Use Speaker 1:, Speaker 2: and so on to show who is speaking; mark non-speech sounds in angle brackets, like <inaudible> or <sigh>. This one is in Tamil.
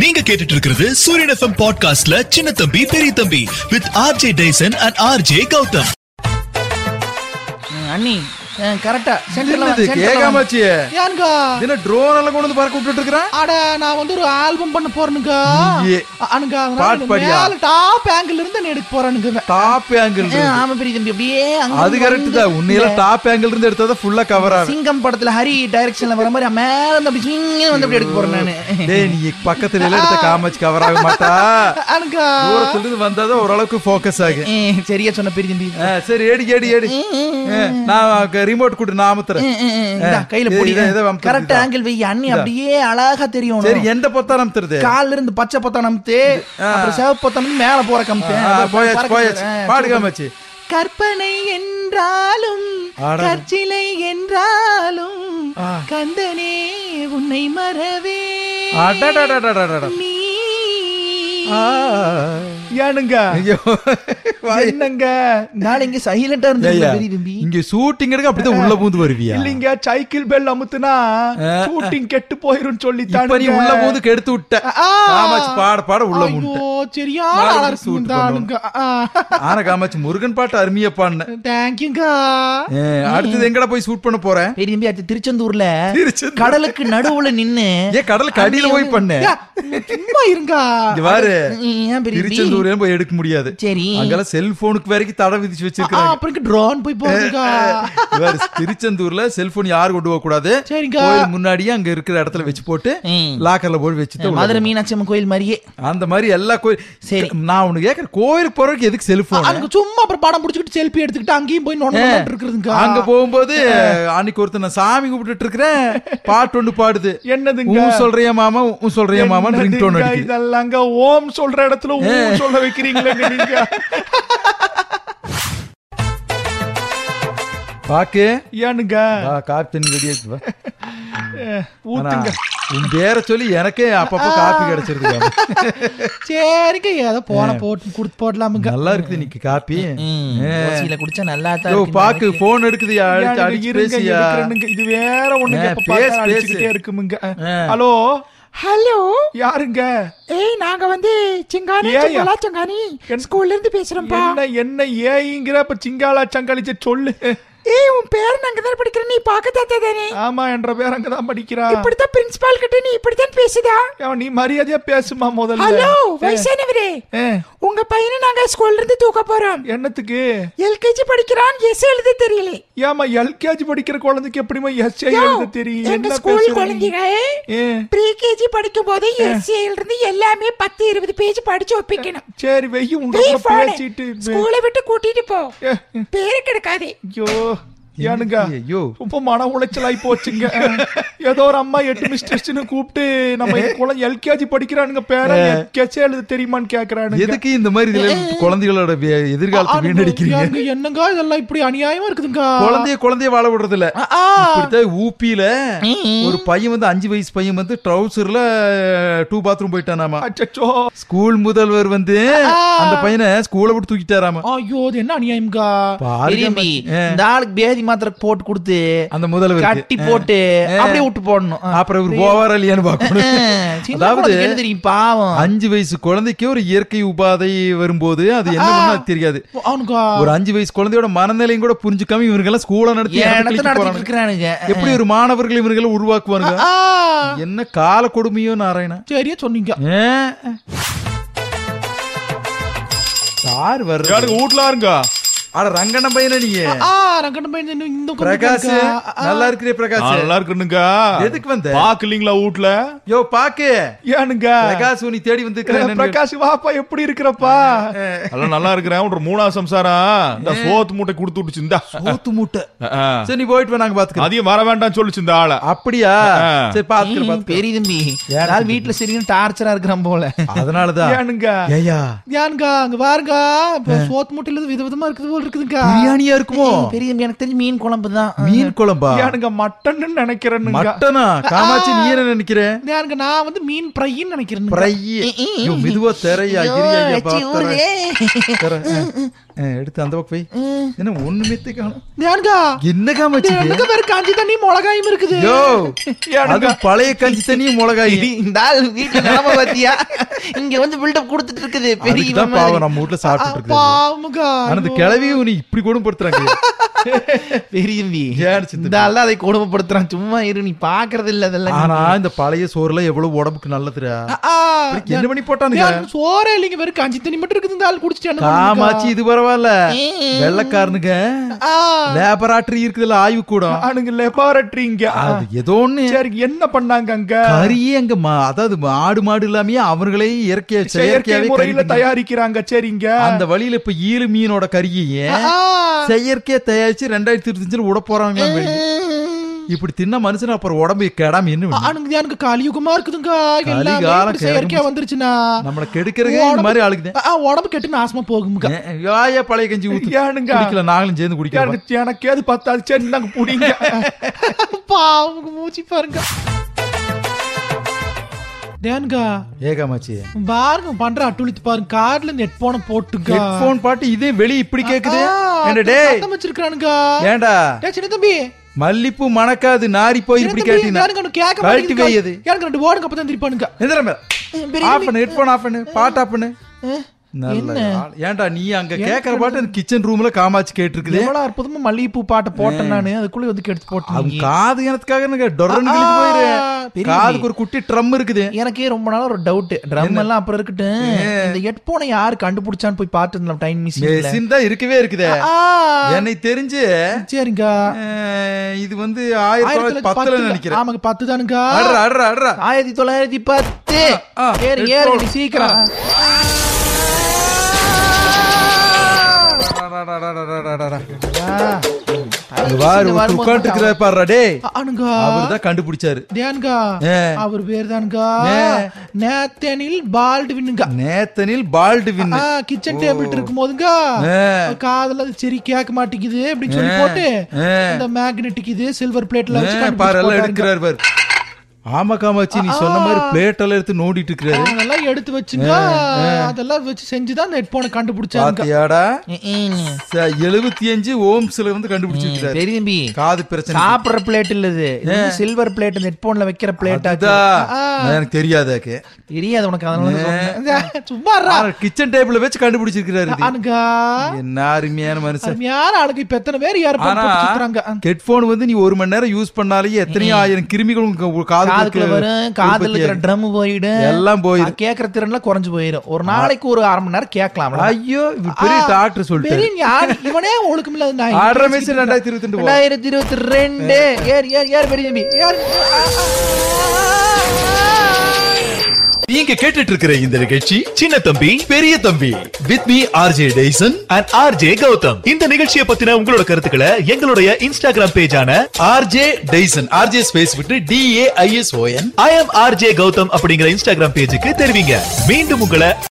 Speaker 1: நீங்க கேட்டுட்டு இருக்கிறது சூரியன் எஃப்எம் பாட்காஸ்ட்ல சின்ன தம்பி பெரிய தம்பி with R J Tyson and R J Gautham
Speaker 2: ம், அண்ணி கரெக்டா
Speaker 3: என்னது கேகாமச்சியே
Speaker 2: ஏன்கா
Speaker 3: என்ன ட்ரோன் எல்லாம் கொண்டு வந்து பறக்க விட்டுட்டு இருக்கிறான்
Speaker 2: அட நான் வந்து ஒரு ஆல்பம் பண்ண போறேனுக்கா
Speaker 3: ஐயே.
Speaker 2: அ- அனுக்கா
Speaker 3: பாட்டு
Speaker 2: அதனால
Speaker 3: பாடியா?
Speaker 2: மேல டாப் ஆங்கிள் இருந்து நான் எடுக்க போறேனுக்குவேன்
Speaker 3: டாப் ஆங்கிள்
Speaker 2: ஆமா பெரிய தம்பி அப்படியே அங்க
Speaker 3: அது
Speaker 2: இருந்து
Speaker 3: கரெக்ட்
Speaker 2: வந்து
Speaker 3: தான் உன்னையெல்லாம் டாப் ஆங்கிள் இருந்து எடுத்தா ஃபுல்லா கவர் ஆகும்
Speaker 2: சிங்கம் படத்துல ஹரி டைரக்ஷன்ல வர மாதிரி மேல இருந்து அப்படி சிங்கம் வந்து அப்படி எடுக்க போறேன் நானு
Speaker 3: டேய் நீ பக்கத்துல எல்லாம் எடுத்த காமாட்சி கவர் ஆக மாட்டா
Speaker 2: அனுக்கா
Speaker 3: தூரத்துல இருந்து வந்தாதான் ஓரளவுக்கு ஃபோக்கஸ் ஆகும்
Speaker 2: ம், சரியா சொன்ன பெரிய தம்பி
Speaker 3: ஆ, சரி ஏடி ஏடி ஏடி ஆ, நான் ரிமோட் கொடு நான் அமுத்துறேன்
Speaker 2: ம், ம், ம், இந்தா,
Speaker 3: ஆ,
Speaker 2: கையில
Speaker 3: இது-
Speaker 2: பொடி
Speaker 3: இதை- இதை அமுத்து,
Speaker 2: கரெக்ட்
Speaker 3: இதா.
Speaker 2: ஆங்கிள் வை அண்ணி
Speaker 3: இதா.
Speaker 2: அப்படியே அழகா தெரியும்
Speaker 3: சரி எந்த பொத்தா அமுத்துறது
Speaker 2: கால்ல இருந்து பச்சை பொத்தான் அமுத்து அப்புறம் சிவப்பு பொத்தான் மேல போற கமுத்து
Speaker 3: ஆ, போயாச்சு போயாச்சு பாடு காமாட்சி
Speaker 2: கற்பனை என்றாலும்
Speaker 3: ஆட.
Speaker 2: கற்சிலை என்றாலும்
Speaker 3: ஆ.
Speaker 2: கந்தனே உன்னை மறவே
Speaker 3: அடடடடடடட.
Speaker 2: நீ
Speaker 3: ஆ.
Speaker 2: ஏனுங்க
Speaker 3: ஐயோ வாய்.
Speaker 2: என்னங்க நாளைக்கு இங்க சைலண்டா
Speaker 3: ஏய்யா,
Speaker 2: இருந்து
Speaker 3: இங்க ஷூட்டிங் எடுக்க அப்படிதான் உள்ள பூந்து வருவியா
Speaker 2: இல்லைங்க சைக்கிள் பெல் அமுத்துனா ஷூட்டிங் கெட்டு போயிரும் சொல்லி
Speaker 3: இப்ப நீ உள்ள போது கெடுத்து விட்ட
Speaker 2: ஆ.
Speaker 3: காமாட்சி பாட பாட உள்ள முட்ட
Speaker 2: ஐயோ சரியான
Speaker 3: நாளைக்கு
Speaker 2: அலர்ஸ்
Speaker 3: shoot
Speaker 2: தானுங்க
Speaker 3: ஆனா காமாட்சி முருகன் பாட்டு அருமையா பாடின
Speaker 2: தேங்க்யூங்கா
Speaker 3: அடுத்தது எங்கடா போய் ஷூட் பண்ண போற
Speaker 2: பெரிய தம்பி அது திருச்செந்தூர்ல
Speaker 3: திருச்செந்தூர்.
Speaker 2: கடலுக்கு நடுவுல நின்னு
Speaker 3: ஏன் கடலுக்கு அடியில போய் பண்ண
Speaker 2: யா, சும்மா இருங்கா
Speaker 3: இங்க பாரு
Speaker 2: அது- ஏன் பெரிய தம்பி?
Speaker 3: திருச்செந்தூர்ல போய் எடுக்க முடியாது
Speaker 2: சரி
Speaker 3: அங்கெல்லாம் செல்போனுக்கு வரைக்கும் தடை விதிச்சு
Speaker 2: ஆ,
Speaker 3: வச்சிருக்காங்க
Speaker 2: அப்புறம் ட்ரோன் போய் போகுதுக்கா
Speaker 3: வேற திருச்செந்தூர்ல செல்போன் யார் கொண்டு போக கூடாது
Speaker 2: சரிங்க.
Speaker 3: கோயில் முன்னாடியே அங்க இருக்கிற இடத்துல வச்சு போட்டு
Speaker 2: ம்.
Speaker 3: லாக்கர்ல போட்டு வச்சுட்டு
Speaker 2: மதுரை மீனாட்சி அம்மன் கோயில் மாதிரியே
Speaker 3: அந்த மாதிரி எல்லா கோயில்
Speaker 2: சரி.
Speaker 3: நான் உனக்கு கேக்குறேன் கோயிலுக்கு போறதுக்கு எதுக்கு செல்போன்
Speaker 2: அங்க சும்மா அப்புறம் படம் புடிச்சுக்கிட்டு செல்ஃபி எடுத்துக்கிட்டு அங்கேயும் போய் நோண்ட இருக்குதுங்க
Speaker 3: அங்க போகும்போது அன்னைக்கு ஒருத்தர் நான் சாமி கும்பிட்டுட்டு இருக்கிறேன் பாட்டு ஒண்ணு பாடுது
Speaker 2: என்னதுங்க?
Speaker 3: உன் சொல்றிய மாமா உன் சொல்றிய மாமான்னு ரிங் டோன் அடிக்குது
Speaker 2: இதெல்லாங்க ஓம் சொல்ற இடத்துல ஊம் சொல்ல வைக்கிறீங்களே நீங்க
Speaker 3: பாக்கு
Speaker 2: ஏனுங்க
Speaker 3: வா, காப்பி தண்ணி ரெடி ஆச்சு வா. ஆனா,
Speaker 2: ஊத்துங்க
Speaker 3: உன் பேரை சொல்லி எனக்கே அப்பப்போ காப்பி கிடைச்சிருக்கு
Speaker 2: சரிங்க ஏதோ போன போட்டு கொடுத்து போடலாமுங்க
Speaker 3: நல்லா இருக்குது இன்னைக்கு காப்பி
Speaker 2: தோசையில குடிச்சா நல்லா தான்
Speaker 3: யோ,
Speaker 2: இருக்கு
Speaker 3: பாக்கு போன் எடுக்குதுயா அடிச்சு
Speaker 2: ஏனுங்க,
Speaker 3: அடிச்சு
Speaker 2: இருங்க,
Speaker 3: பேசியா
Speaker 2: எடுக்கிறேனுங்க. இது வேற ஒண்ணுங்க,
Speaker 3: ஆ,
Speaker 2: இப்ப பார்த்தா
Speaker 3: பேசு,
Speaker 2: அடிச்சுக்கிட்டே
Speaker 3: பேசு.
Speaker 2: இருக்குமுங்க.
Speaker 3: ஆ.
Speaker 2: ஹலோ
Speaker 4: ஹலோ
Speaker 2: யாருங்க
Speaker 4: ஏய் நாங்க வந்து சிங்கானி
Speaker 2: ஏய்.
Speaker 4: சிங்காலா சிங்கானி ஸ்கூல்ல இருந்து பேசுறோம்ப்பா
Speaker 2: என்ன என்ன ஏங்கிற இப்ப சிங்காலா சங்காளிச்ச சொல்லு
Speaker 4: ஏய் உன் பேர் நாங்க தான் படிக்கிற நீ பாக்க தாத்தா தானே
Speaker 2: ஆமா என்ற பேர் அங்கதான் படிக்கிறா
Speaker 4: இப்படித்தான் பிரின்சிபால் கிட்ட நீ இப்படித்தான் பேசுதா
Speaker 2: அவன் நீ மரியாதையா பேசுமா முதல்ல
Speaker 4: ஹலோ
Speaker 2: ஆ,
Speaker 4: வயசானவரே
Speaker 2: ஆ,
Speaker 4: உங்க பையனை நாங்க ஸ்கூல்ல இருந்து தூக்க போறோம்
Speaker 2: என்னத்துக்கு
Speaker 4: எல்கேஜி படிக்கிறான் எஸ் எழுத தெரியல
Speaker 2: ஏமா எல்கேஜி படிக்கிற குழந்தைக்கு எப்படிமா எஸ்ஐ
Speaker 4: யோ,
Speaker 2: எழுத தெரியும்
Speaker 4: எங்க
Speaker 2: என்ன
Speaker 4: ஸ்கூல்
Speaker 2: பேசுறீங்க?
Speaker 4: குழந்தைங்க
Speaker 2: ஏ,
Speaker 4: ப்ரீகேஜி படிக்கும் போது எஸ்ஏல இருந்து எல்லாமே பத்து இருபது பேஜ் படிச்சு ஒப்பிக்கணும்
Speaker 2: சரி வெய்ய உங்க
Speaker 4: நீ
Speaker 2: கூட
Speaker 4: phone.
Speaker 2: பேசிட்டு பே-
Speaker 4: ஸ்கூலை விட்டு கூட்டிட்டு போ
Speaker 2: ஏ,
Speaker 4: பேரு கிடைக்காதே
Speaker 2: ஐயோ ஏனுங்க
Speaker 3: ஐயோ.
Speaker 2: ரொம்ப மன உளைச்சலாய் போச்சுங்க ஏதோ ஒரு அம்மா எட்டு மிஸ்டர்ஸ்னு கூப்பிட்டு நம்ம என் குழந்தை எல்கேஜி படிக்கிறானுங்க பேர கெச்சே எழுத தெரியுமான்னு கேக்குறானுங்க
Speaker 3: எதுக்கு இந்த மாதிரி இதுல குழந்தைகளோட வே- எதிர்காலத்தை
Speaker 2: ஆனா,
Speaker 3: வீணடிக்கிறீங்க
Speaker 2: ஏங்க, என்னங்க இதெல்லாம் இப்படி அநியாயமா இருக்குதுங்க
Speaker 3: குழந்தைய குழந்தைய வாழ விடுறது இல்ல
Speaker 2: ஆ, ஆ.
Speaker 3: இப்படித்தான் ஊப்பியில ஒரு பையன் வந்து அஞ்சு வயசு பையன் வந்து ட்ரௌசர்ல டூ பாத்ரூம் போயிட்டானாமா
Speaker 2: அச்சச்சோ
Speaker 3: ஸ்கூல் முதல்வர் வந்து அந்த பையனை ஸ்கூலை விட்டு தூக்கிட்டாராமா
Speaker 2: ஐயோ இது என்ன அநியாயம்கா
Speaker 3: பாருங்க
Speaker 2: பெரியம்பி,
Speaker 3: மச்சி.
Speaker 2: இந்த ஆளுக்கு பேதி மாத்திரை போட்டு கொடுத்து
Speaker 3: அந்த
Speaker 2: கட்டி
Speaker 3: முதல்வர்
Speaker 2: போட்டு அப்படியே விட்டு போடணும்
Speaker 3: அப்புறம் இவர் போவாரா இல்லையான்னு பாக்கணும் அதாவது
Speaker 2: அதாவது தெரியும் பாவம்
Speaker 3: அஞ்சு வயசு குழந்தைக்கு ஒரு இயற்கை உபாதை வரும்போது அது என்ன பண்ணும் அது தெரியாது
Speaker 2: அவனுக்கா
Speaker 3: ஒரு அஞ்சு வயசு குழந்தையோட மனநிலையும் கூட புரிஞ்சுக்காம இவங்க எல்லாம் ஸ்கூல நடத்தி
Speaker 2: ஏனத்தை
Speaker 3: இறந்துக்கிட்டு
Speaker 2: நடத்திட்டு
Speaker 3: போறானுங்க.
Speaker 2: இருக்கிறானுங்க
Speaker 3: எப்படி ஒரு மாணவர்கள் இவர்களை உருவாக்குவாருங்க
Speaker 2: ஆ,
Speaker 3: என்ன கால கொடுமையோ நாராயணா
Speaker 2: சரியா சொன்னீங்க
Speaker 3: ஏன்? யார் வர்றது
Speaker 1: வீட்ல இருங்க
Speaker 3: அட ரங்கண்ண பையன நீ
Speaker 2: ஆ நான் கண்டு போய் இந்த- இந்த கொஞ்சம்
Speaker 3: பிரகாஷ்
Speaker 2: இருக்கா? ஆ,
Speaker 3: நல்லா இருக்கிறே பிரகாஷ்
Speaker 1: நல்லா இருக்குனுங்க
Speaker 3: எதுக்கு வந்த
Speaker 1: பாக்கலீங்களா வீட்ல
Speaker 3: யோ பாக்கு
Speaker 2: ஏனுங்க
Speaker 3: பிரகாஷ் உன்னை தேடி வந்திருக்கிறேன்
Speaker 2: பிரகாஷ் வாப்பா எப்படி இருக்கிறப்பா
Speaker 1: எல்லாம் நல்லா இருக்கிறேன் ஒரு மூணாவது சம்சாரம் இந்த சோத்து மூட்டை கொடுத்து விட்டுச்சு இந்தா.
Speaker 3: ஊத்து மூட்டை
Speaker 1: ஆ.
Speaker 3: சரி நீ போயிட்டு வா, நாங்க பாத்துக்கிறோம்
Speaker 1: அதையும் வர வேண்டாம் சொல்லுச்சு இந்த ஆள
Speaker 3: அப்படியா
Speaker 1: ஆ.
Speaker 3: சரி பாத்துக்கிறேன் பாத்துக்கிறேன்
Speaker 2: பெரிய தம்பி நான் வீட்டுல சரியான டார்ச்சரா இருக்கிறான் போல
Speaker 3: அதனாலதான்
Speaker 2: ஏனுங்க
Speaker 3: ஏயா
Speaker 2: ஏனுங்க அங்க பாருங்க இப்ப சோத்து முட்டையில இருந்து விதவிதமா இருக்குது போல போல் இருக்குதுக்கா
Speaker 3: பிரியாணியா இருக்குமோ
Speaker 2: பெரிய எனக்கு தெரிஞ்சு மீன் குழம்பு தான்
Speaker 3: மீன் குழம்பா
Speaker 1: ஏனுங்க மட்டன்னு நினைக்கிறேனுங்க
Speaker 3: மட்டனா காமாட்சி நீ என்ன நினைக்கிற
Speaker 2: எனக்கு நான் வந்து மீன் ஃப்ரைன்னு நினைக்கிறேன்
Speaker 3: பிரையி. ஐயோ, மெதுவா தரையா எடுத்து அந்த பக்கம் போய் என்ன ஒண்ணுமே காணும்
Speaker 2: ஏன்கா
Speaker 3: என்ன காமாட்சி இது?
Speaker 2: எனக்கு வேற காஞ்சி தண்ணி மிளகாயும் இருக்குது
Speaker 3: யோ
Speaker 1: ஏனுங்க?
Speaker 3: அது பழைய கஞ்சி தண்ணியும் மிளகாய்
Speaker 2: இந்த ஆள் வீட்டு நிலைமை பாத்தியா இங்க வந்து பில்டப் கொடுத்துட்டு இருக்குது பெரிய
Speaker 3: அதுக்குதான் பாவம் நம்ம வீட்டுல சாப்பிட்டுட்டு இருக்குது
Speaker 2: பாவமுகா
Speaker 3: ஆனா இந்த கிழவியும் நீ இப்படி கொடுமைப்படுத்துறாங்க
Speaker 2: <laughs> பெரியம்பி
Speaker 3: ஏன் சித்தப்பா?
Speaker 2: இந்த ஆள் அதை கொடுமைப்படுத்துறான் சும்மா இரு நீ பாக்குறது இல்ல அதெல்லாம்
Speaker 3: ஆனா இந்த பழைய சோறுலாம் எவ்வளவு உடம்புக்கு நல்லதுடா என்ன பண்ணி போட்டானுங்க
Speaker 2: சோறே இல்லைங்க வெறும் காஞ்சி தண்ணி மட்டும் இருக்குது இந்த ஆள் குடிச்சிட்டு என்ன
Speaker 3: காமாச்சி இது பரவாயில்ல
Speaker 2: ம்.
Speaker 3: வெள்ளக்காரனுங்க
Speaker 2: பண்ணுங்க? ஆ.
Speaker 3: லேபராட்டரி இருக்குதுல்ல ஆய்வு கூடம்
Speaker 1: ஆனுங்க லெபார்டரி இங்க
Speaker 3: அது ஏதோ ஒண்ணு
Speaker 1: சரி என்ன பண்ணாங்க அங்க
Speaker 3: கறியே அங்க மா- அதாவது ஆடு மாடு இல்லாமயே அவங்களே இயற்கையா
Speaker 1: செயற்கை
Speaker 3: செயற்கையாவே கறி
Speaker 1: முறையில
Speaker 3: பண்ணி-
Speaker 1: தயாரிக்கிறாங்க சரிங்க
Speaker 3: அந்த வழியில இப்ப ஈழு மீனோட கறியையே
Speaker 2: ஆ.
Speaker 3: செயற்கையா தயாரிச்சு ரெண்டாயிரத்தி இருபத்தஞ்சுல விட போறாங்க இப்படி தின்ன மனுஷன் அப்புறம் உடம்பு கெடாம என்ன
Speaker 2: ஆ,
Speaker 3: பண்ணும்?
Speaker 2: எனக்கு எனக்கு கலியுகமா இருக்குதுங்க எல்லாமே
Speaker 3: கலிகாலம்
Speaker 2: இப்படி செயற்கையா வந்துருச்சுன்னா
Speaker 3: நம்மள கெடுக்கிறதே இந்த
Speaker 2: உடம்பு-
Speaker 3: மாதிரி ஆளுக்குதான்
Speaker 2: ஆ, ஆ, உடம்பு கெட்டு நாசமா போகுமுக்கா
Speaker 3: ஏன், யாயா பழைய கஞ்சி ஊத்து
Speaker 1: ஏனுங்க?
Speaker 3: குடிக்கல நாங்களும் சேர்ந்து குடிக்கிறோம்
Speaker 1: எனக்கு எனக்கு எது பார்த்தாலும் சரி நாங்க புடிங்க
Speaker 2: பாவங்க மூச்சு பாருங்க டேனுக்கா
Speaker 3: ஏகாமாச்சி
Speaker 2: பாருங்க பண்ற அட்டுழித்து பாருங்க கார்ல இருந்து ஹெட்போனை போட்டுங்க
Speaker 3: ஹெட்போன் பாட்டு இதே வெளிய இப்படி கேக்குது ஏன்டா டேய்
Speaker 2: வச்சிருக்கானுங்க
Speaker 3: ஏன்டா
Speaker 2: டேய் சின்ன தம்பி
Speaker 3: மல்லிப்பூ மணக்காது நாரி போய்
Speaker 2: சின்ன
Speaker 3: இப்படி
Speaker 2: தம்பி, எனக்கு ஒண்ணு கேட்க
Speaker 3: கேட்டீங்க கழட்டி
Speaker 2: மாட்டேங்குதுக்கா.
Speaker 3: வையது
Speaker 2: எனக்கு ரெண்டு ஓடுங்க அப்பதான் திருப்பானுங்க
Speaker 3: எந்திரமே ஆஃப் பண்ணு ஹெட்போன் ஆஃப் பண்ணு பாட்டு ஆஃப் பண்ணு நல்ல ஆள். ஏன்டா நீ அங்க கேக்குற பாட்டு கிச்சன் ரூம்ல காமாச்சு கேட்டிருக்குது
Speaker 2: எவ்வளவு அற்புதமா மல்லிகைப்பூ பாட்டை போட்டேன் நானு அதுக்குள்ள வந்து கெடுத்து
Speaker 3: அவன்
Speaker 2: போட்டேன்
Speaker 3: காது எனத்துக்காக எனக்கு டொரன்னு கிழிச்சு
Speaker 2: ஆ,
Speaker 3: போயிரு
Speaker 2: பெரிய
Speaker 3: காதுக்கு ஒரு குட்டி ட்ரம் இருக்குது
Speaker 2: எனக்கே ரொம்ப நாளா ஒரு டவுட் ட்ரம் எல்லாம் அப்புறம் இருக்கட்டும் இந்த ஹெட்போனை யாரு கண்டுபிடிச்சான்னு போய் பார்த்து இருந்தோம் டைம் மிஷின்
Speaker 3: மெஷின் தான் இருக்கவே இருக்குது என்னை தெரிஞ்சு
Speaker 2: சரிங்க
Speaker 3: அஹ், இது வந்து ஆயிரத்தி தொள்ளாயிரத்தி பத்துல நினைக்கிறேன்
Speaker 2: ஆமாங்க பத்து தானுங்க
Speaker 3: அட்ரா அட்ரா அட்ரா
Speaker 2: ஆயிரத்தி தொள்ளாயிரத்தி பத்து
Speaker 3: ஆ,
Speaker 2: ஏறு
Speaker 3: headphone.
Speaker 2: ஏறு நீ சீக்கிரம்
Speaker 3: வாரு உட்காந்து இருக்கிறாரு பாருடா டேய்
Speaker 2: அனுங்க
Speaker 3: அவர் தான் கண்டுபிடிச்சாரு
Speaker 2: தேனுங்கா
Speaker 3: ஏ.
Speaker 2: அவர் பேர் தானுங்கா
Speaker 3: ஏ.
Speaker 2: நேத்தனில் பால்டுவினுங்க
Speaker 3: நேத்தனில் பால்டுவின்
Speaker 2: கிச்சன் டேபிள் இருக்கும் போதுங்க
Speaker 3: ஏ.
Speaker 2: காதுல அது சரி கேட்க மாட்டேங்குது அப்படின்னு சொல்லி
Speaker 3: ஏ.
Speaker 2: போட்டு
Speaker 3: ஏ.
Speaker 2: இந்த மேக்னெட்டிக் இது சில்வர் பிளேட்ல வச்சு
Speaker 3: ஏன் பாரு எல்லாம்
Speaker 2: கண்டுபிடிச்சு
Speaker 3: எடுக்கிறாரு பாரு ஆமா காமாச்சி நீ சொன்ன மாதிரி பிளேட் எல்லாம் எடுத்து நோண்டிட்டு இருக்கிறாரு
Speaker 2: அதெல்லாம் எடுத்து வச்சுங்க அதெல்லாம் வச்சு செஞ்சுதான் அந்த ஹெட்போனை கண்டுபிடிச்சாங்க
Speaker 3: பாத்தியாடா
Speaker 2: ம், ம்.
Speaker 3: எழுபத்தி அஞ்சு ஓம்ஸ்ல வந்து கண்டுபிடிச்சிருக்கிறாரு
Speaker 2: பெரிய தம்பி
Speaker 3: காது பிரச்சனை
Speaker 2: சாப்பிடுற பிளேட் இல்ல இது சில்வர் பிளேட் இந்த ஹெட்போன்ல வைக்கிற பிளேட்
Speaker 3: அதுதான். எனக்கு தெரியாதாக்கு
Speaker 2: தெரியாது உனக்கு அதனால தான் சொன்னேன். சும்மா இருடா.
Speaker 3: கிச்சன் டேபிள் வச்சு கண்டுபிடிச்சிருக்கிறாரு இது.
Speaker 2: அனுகா
Speaker 3: என்ன அருமையான மனுஷன்
Speaker 2: அருமையான ஆளுக்கு இப்ப எத்தனை பேர் யார்
Speaker 3: ஆனா
Speaker 2: போட்டுறாங்க
Speaker 3: ஹெட்போன் வந்து நீ ஒரு மணி நேரம் யூஸ் பண்ணாலே எத்தனையோ ஆயிரம் கிருமிகள் உங்க உங்க காதுக்கு
Speaker 2: காதுக்குள்ள வரும் காதுல இருக்கிற
Speaker 3: உற்பத்தியாகும்.
Speaker 2: ட்ரம் போயிடும்
Speaker 3: எல்லாம் போயிடும்.
Speaker 2: அது கேக்குற திறன்லாம் குறைஞ்சு போயிடும் ஒரு நாளைக்கு ஒரு அரை மணி நேரம் கேட்கலாம்ல
Speaker 3: ஐயோ இவர் பெரிய
Speaker 2: ஆ,
Speaker 3: டாக்டர் சொல்லிட்டு
Speaker 2: பெரிய ஞானி. இவனே ஒழுக்கம் இல்லாத நாய்
Speaker 3: ஆடுற மேய்ச்சல் ரெண்டாயிரத்தி இருபத்தி ரெண்டு போ.
Speaker 2: ரெண்டாயிரத்தி இருபத்தி ரெண்டு ஏர் ஏர் ஏர் பெரிய தம்பி ஏர் ஆ, ஆ, ஆ.
Speaker 5: நீங்க கேட்டுட்டு இருக்கிற இந்த நிகழ்ச்சி சின்ன தம்பி பெரிய தம்பி with me RJ டேசன் and RJ Gautham இந்த நிகழ்ச்சியை பத்தின உங்களோட கருத்துக்களை எங்களுடைய இன்ஸ்டாகிராம் பேஜான ஆர்ஜே டேசன் ஆர்ஜே ஸ்பேஸ் விட்டு டிஏஐஎஸ்ஓஎன் ஐ எம் ஆர்ஜே கௌதம் அப்படிங்கிற இன்ஸ்டாகிராம் பேஜுக்கு தெரிவிங்க மீண்டும் உங்களை